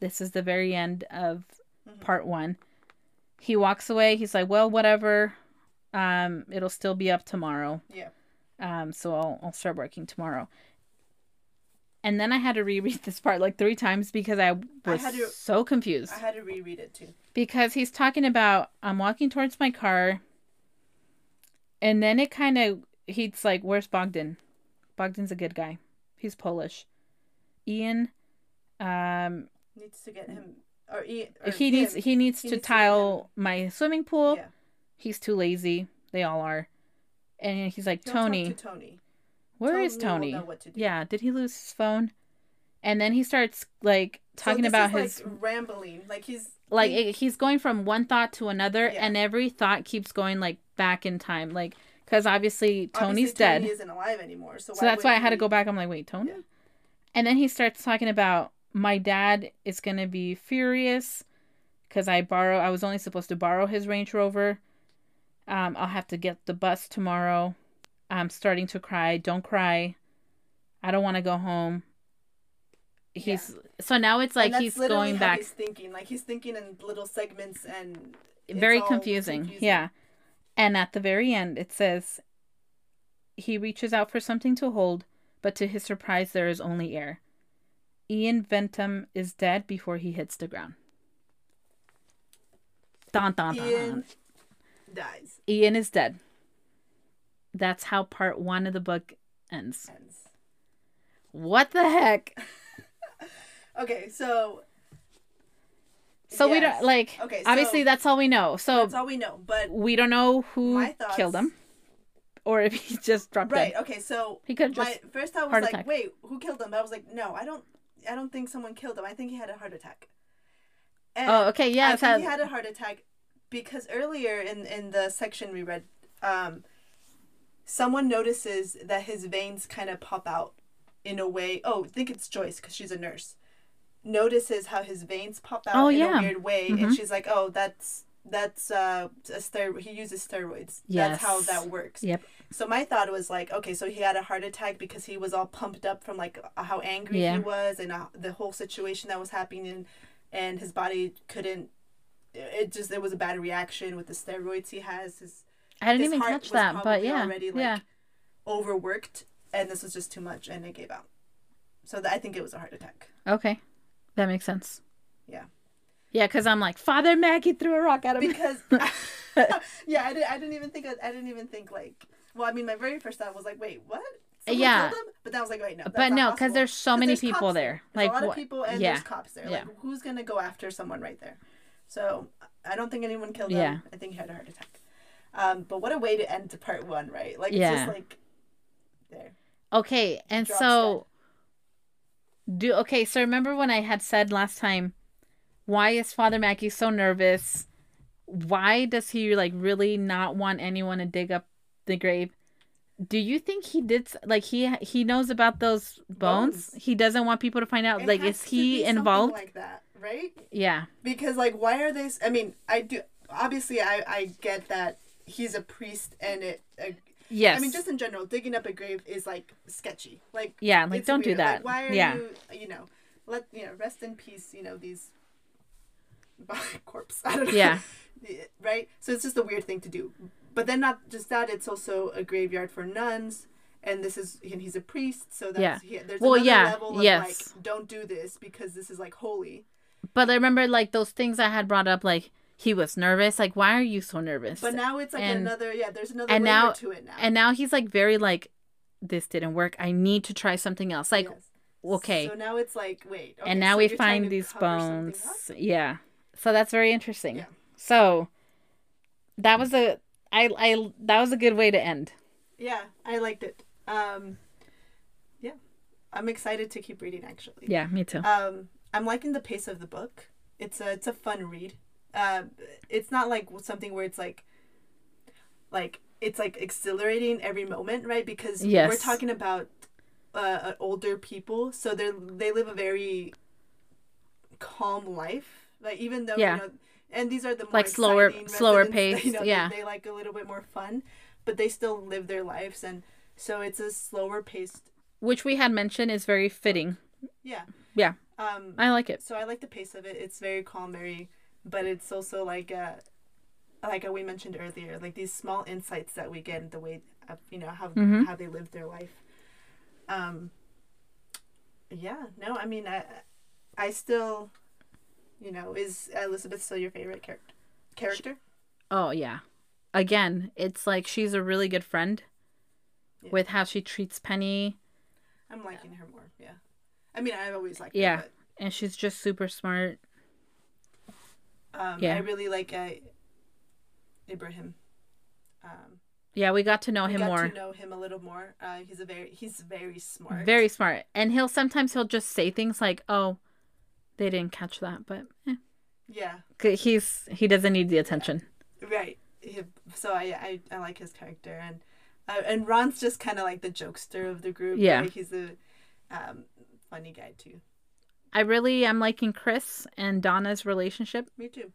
This is the very end of Mhm. part one. He walks away. He's like, well, whatever. Um, it'll still be up tomorrow. Yeah. Um, so I'll, I'll start working tomorrow. And then I had to reread <laughs> this part like three times because I was had to- so confused I had to reread it too. because he's talking about I'm walking towards my car, and then it kind of he's like, "Where's Bogdan? Bogdan's a good guy. He's Polish. Ian, um, Needs to get him or, he or he him. needs he needs He to needs to get tile my swimming pool. Yeah. He's too lazy. They all are." And he's like, He'll talk Tony, to Tony. where is will Tony? know what to do. Yeah, did he lose his phone? And then he starts like So talking this about is, his like rambling. Like he's like he- it, he's going from one thought to another Yeah. and every thought keeps going like back in time like because obviously tony's obviously dead Tony isn't alive anymore. So, so that's why would i had to he- go back i'm like wait tony Yeah. and then he starts talking about my dad is going to be furious because i borrow i was only supposed to borrow his range rover um, i'll have to get the bus tomorrow i'm starting to cry don't cry i don't want to go home he's so now it's And like that's he's literally going how back He's thinking like he's thinking in little segments and it's very all confusing. Yeah. And at the very end, it says he reaches out for something to hold, but to his surprise, there is only air. Ian Ventum is dead before he hits the ground. Dun, dun, dun. Ian dies. Ian is dead. That's how part one of the book ends. Ends. What the heck? Okay, so So we Yes. don't like. Okay, obviously, so- that's all we know. So that's all we know. But we don't know who My thoughts- killed him, or if he <laughs> just dropped right, dead. okay, so He could just my first thought was heart like, attack. wait, who killed him? I was like, no, I don't, I don't think someone killed him. I think he had a heart attack. And Oh, okay, yeah, I it's think he had- had a heart attack because earlier in in the section we read, um, someone notices that his veins kind of pop out in a way. Oh, I think it's Joyce because she's a nurse. Notices how his veins pop out Oh, in yeah. a weird way, and she's like, "Oh, that's that's uh, a steroid. He uses steroids. That's how Yes. that works." Yep. So my thought was like, okay, so he had a heart attack because he was all pumped up from like uh, how angry Yeah. he was and uh, the whole situation that was happening, and his body couldn't. It just it was a bad reaction with the steroids he has. His I didn't his even heart catch was that, but probably yeah, already, like, yeah. overworked, and this was just too much, and it gave out. So th- I think it was a <laughs> heart attack. Okay, that makes sense. Yeah. yeah, because I'm like Father Maggie threw a rock at him. <laughs> because <laughs> yeah, I, did, I didn't even think I didn't even think like well, I mean, my very first thought was like, wait, what? Someone Uh, Yeah. killed him? but then I was like, wait, no, that's but not no, because possible. there's so 'Cause many there's people cops there. There's Like a lot what- of people and yeah, there's cops there. yeah. Like, who's gonna go after someone right there? So I don't think anyone killed him. Yeah. I think he had a heart attack. Um, but what a way to end to part one, right? Like Yeah. it's just like there. okay, and Drops so Do okay, so remember when I had said last time, why is Father Mackey so nervous? Why does he like really not want anyone to dig up the grave? Do you think he did s- like he he knows about those bones? Bones. He doesn't want people to find out. It Uh, like has is to be he something involved? like that right yeah. because like why are they s- i mean i do obviously i i get that he's a priest and it uh, Yes. i mean just in general digging up a grave is like sketchy like yeah, like it's don't do weird. that. Like, why are yeah. you you know let you know rest in peace you know these <laughs> corpse i don't know <laughs> Yeah. right so it's just a weird thing to do but then not just that it's also a graveyard for nuns and this is and he's a priest so that's yeah. there's Well, another yeah, level of yes. like don't do this because this is like holy But I remember like those things I had brought up like he was nervous. Like why are you so nervous? But now it's like And- another yeah. There's another and layer now- to it now. and now he's like very like this didn't work. I need to try something else. Like Yes. okay. So now it's like wait. okay, and now so we you're trying find to these cover something bones. up? Yeah. So that's very interesting. Yeah. So that was a I I that was a good way to end. Yeah, I liked it. Um, yeah, I'm excited to keep reading actually. Yeah, me too. Um, I'm liking the pace of the book. It's a it's a fun read. Uh, it's not like something where it's like, like it's like exhilarating every moment, right? Because we're Yes. talking about uh, uh, older people, so they are they live a very calm life. Like even though Yeah. you know, and these are the more Like slower- exciting slower residents, <laughs> pace, yeah. they, they like a little bit more fun, but they still live their lives, and so it's a slower paced. Which we had mentioned is very fitting. Yeah. Yeah. Um, I like it. so I like the pace of it. It's very calm, very, but it's also like a, like we mentioned earlier, like these small insights that we get in the way of you know how Mhm. how they live their life. Um. Yeah. No. I mean, I, I still, you know, is Elizabeth still your favorite character? Character. Oh yeah. Again, it's like she's a really good friend Yeah. with how she treats Penny I'm liking her more. Yeah. I mean, I've always liked Yeah. her. but- and she's just super smart. Um, Yeah. I really like uh, Ibrahim. Um, Yeah, we got to know I him got more. to know him a little more. Uh, he's a very he's very smart. Very smart. And he'll sometimes he'll just say things like, "Oh, they didn't catch that," but eh. yeah, 'Cause he's he doesn't need the attention. right. He, so I, I I like his character and uh, and Ron's just kind of like the jokester of the group. Yeah. right? he's a um, funny guy too. I really am liking Chris and Donna's relationship. Me too.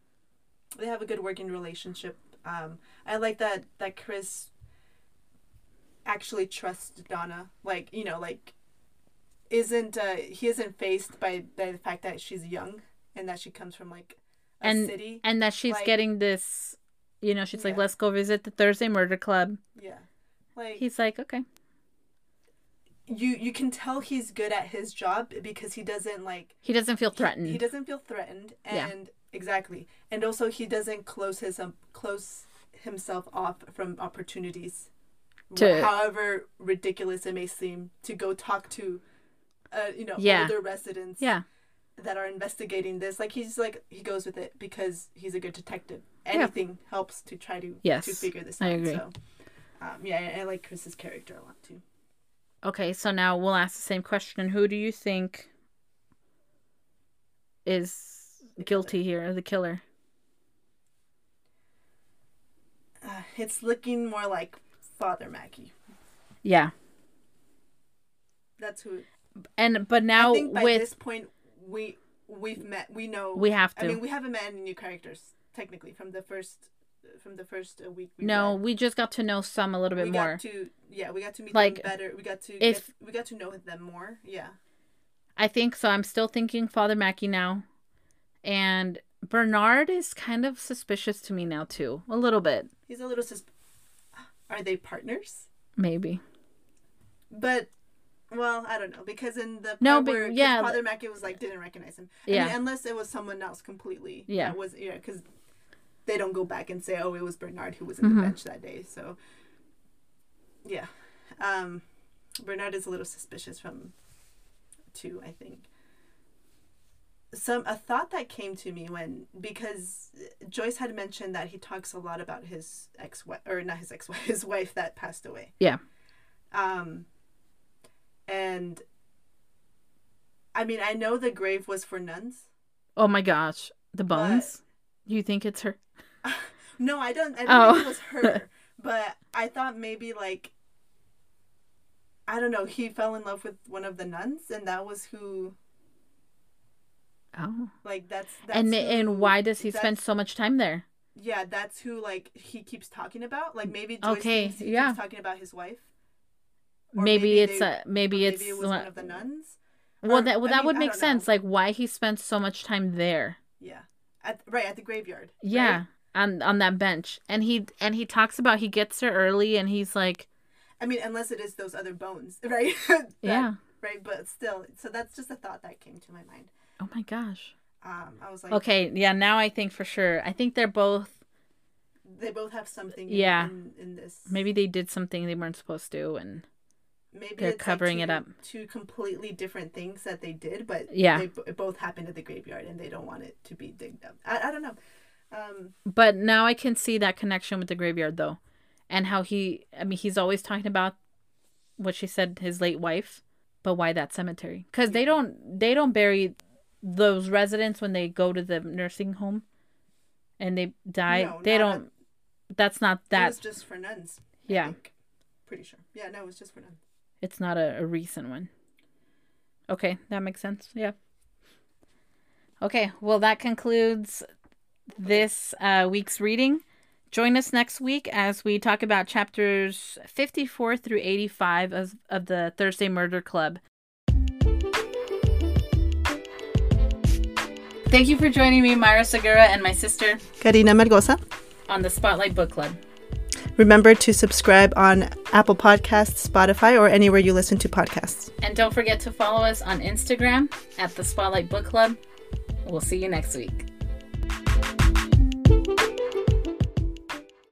They have a good working relationship. Um, I like that that Chris actually trusts Donna. Like you know, like isn't uh, he isn't faced by, by the fact that she's young and that she comes from like a And- city. And that she's Like- getting this, you know, she's like, Yeah. let's go visit the Thursday Murder Club. yeah, like He's like, okay. you you can tell he's good at his job because he doesn't like He doesn't feel threatened. he doesn't feel threatened Yeah. and exactly and also he doesn't close his um, close himself off from opportunities wh- To- however ridiculous it may seem to go talk to uh, you know Yeah. older residents yeah. that are investigating this like he's like he goes with it because he's a good detective Yeah. anything helps to try to Yes, to figure this out I agree. so um, yeah I, I like chris's character a lot too Okay, so now we'll ask the same question. Who do you think is guilty here, the killer? uh, it's looking more like father mackey Yeah. that's who And but I now think by with this point we we've met we know we have to. I mean we haven't met any new characters technically from the first from the first uh, week. We no, read. we just got to know some a little bit we more. Got to yeah, we got to meet Like, them better. We got to if- get, we got to know them more. Yeah, I think so. I'm still thinking Father Mackey now. And Bernard is kind of suspicious to me now, too. A little bit, he's a little sus. Are they partners? maybe. But well, I don't know because in the No, part but- where 'cause yeah, Father Mackey was like didn't recognize him. I Yeah. mean, unless it was someone else completely. Yeah. that was yeah because they don't go back and say oh it was Bernard who was in the Mhm. bench that day. So yeah, um, Bernard is a little suspicious from two I think. Some a thought that came to me when because Joyce had mentioned that he talks a lot about his ex wife or not his ex <laughs> wife his wife that passed Um, away Yeah. um and I mean, I know the grave was for nuns. Oh my gosh, the bones. You think it's her? No, I don't. I don't Oh. think it was <laughs> her. but I thought maybe like. I don't know. He fell in love with one of the nuns, and that was who. Oh, Like that's. that's and who, and why does he spend that's- so much time there? Yeah, that's who like he keeps talking about. Like maybe Joyce Okay, thinks he yeah. keeps talking about his wife. Or Maybe, maybe it's they- a maybe maybe it's it was one of the nuns. well or- that well, I that mean, would I make don't know. sense. Like why he spends so much time there? Yeah, at right at the graveyard. right? Yeah, on on that bench, and he and he talks about he gets there early, and he's like, I mean, unless it is those other bones, <laughs> right? That- yeah, Right, but still, so that's just a thought that came to my mind. oh my gosh. Um, I was like, Okay, yeah, now I think for sure. I think they're both they both have something. in- Yeah. In, in this, maybe they did something they weren't supposed to, and maybe they're it's like covering it two- up. Two completely different things that they did, but Yeah. they b- both happened at the graveyard, and they don't want it to be digged up. I, I don't know. Um, but now I can see that connection with the graveyard though, and how he. I mean, he's always talking about what she said his late wife, but why that cemetery? Because they don't they don't bury those residents when they go to the nursing home, and they die. No, they not- don't. that's not that it that. was just for nuns. I Yeah. think. pretty sure. Yeah, no, it was just for nuns. It's not a, a recent one. Okay, that makes sense. Yeah. Okay, well, that concludes this uh, week's reading. Join us next week as we talk about chapters 54 through 85 of, of the Thursday Murder Club. Thank you for joining me, Myra Segura, and my sister Karina Margosa. on the Spotlight Book Club. Remember to subscribe on Apple Podcasts, Spotify, or anywhere you listen to podcasts. And don't forget to follow us on Instagram at the Spotlight Book Club. We'll see you next week.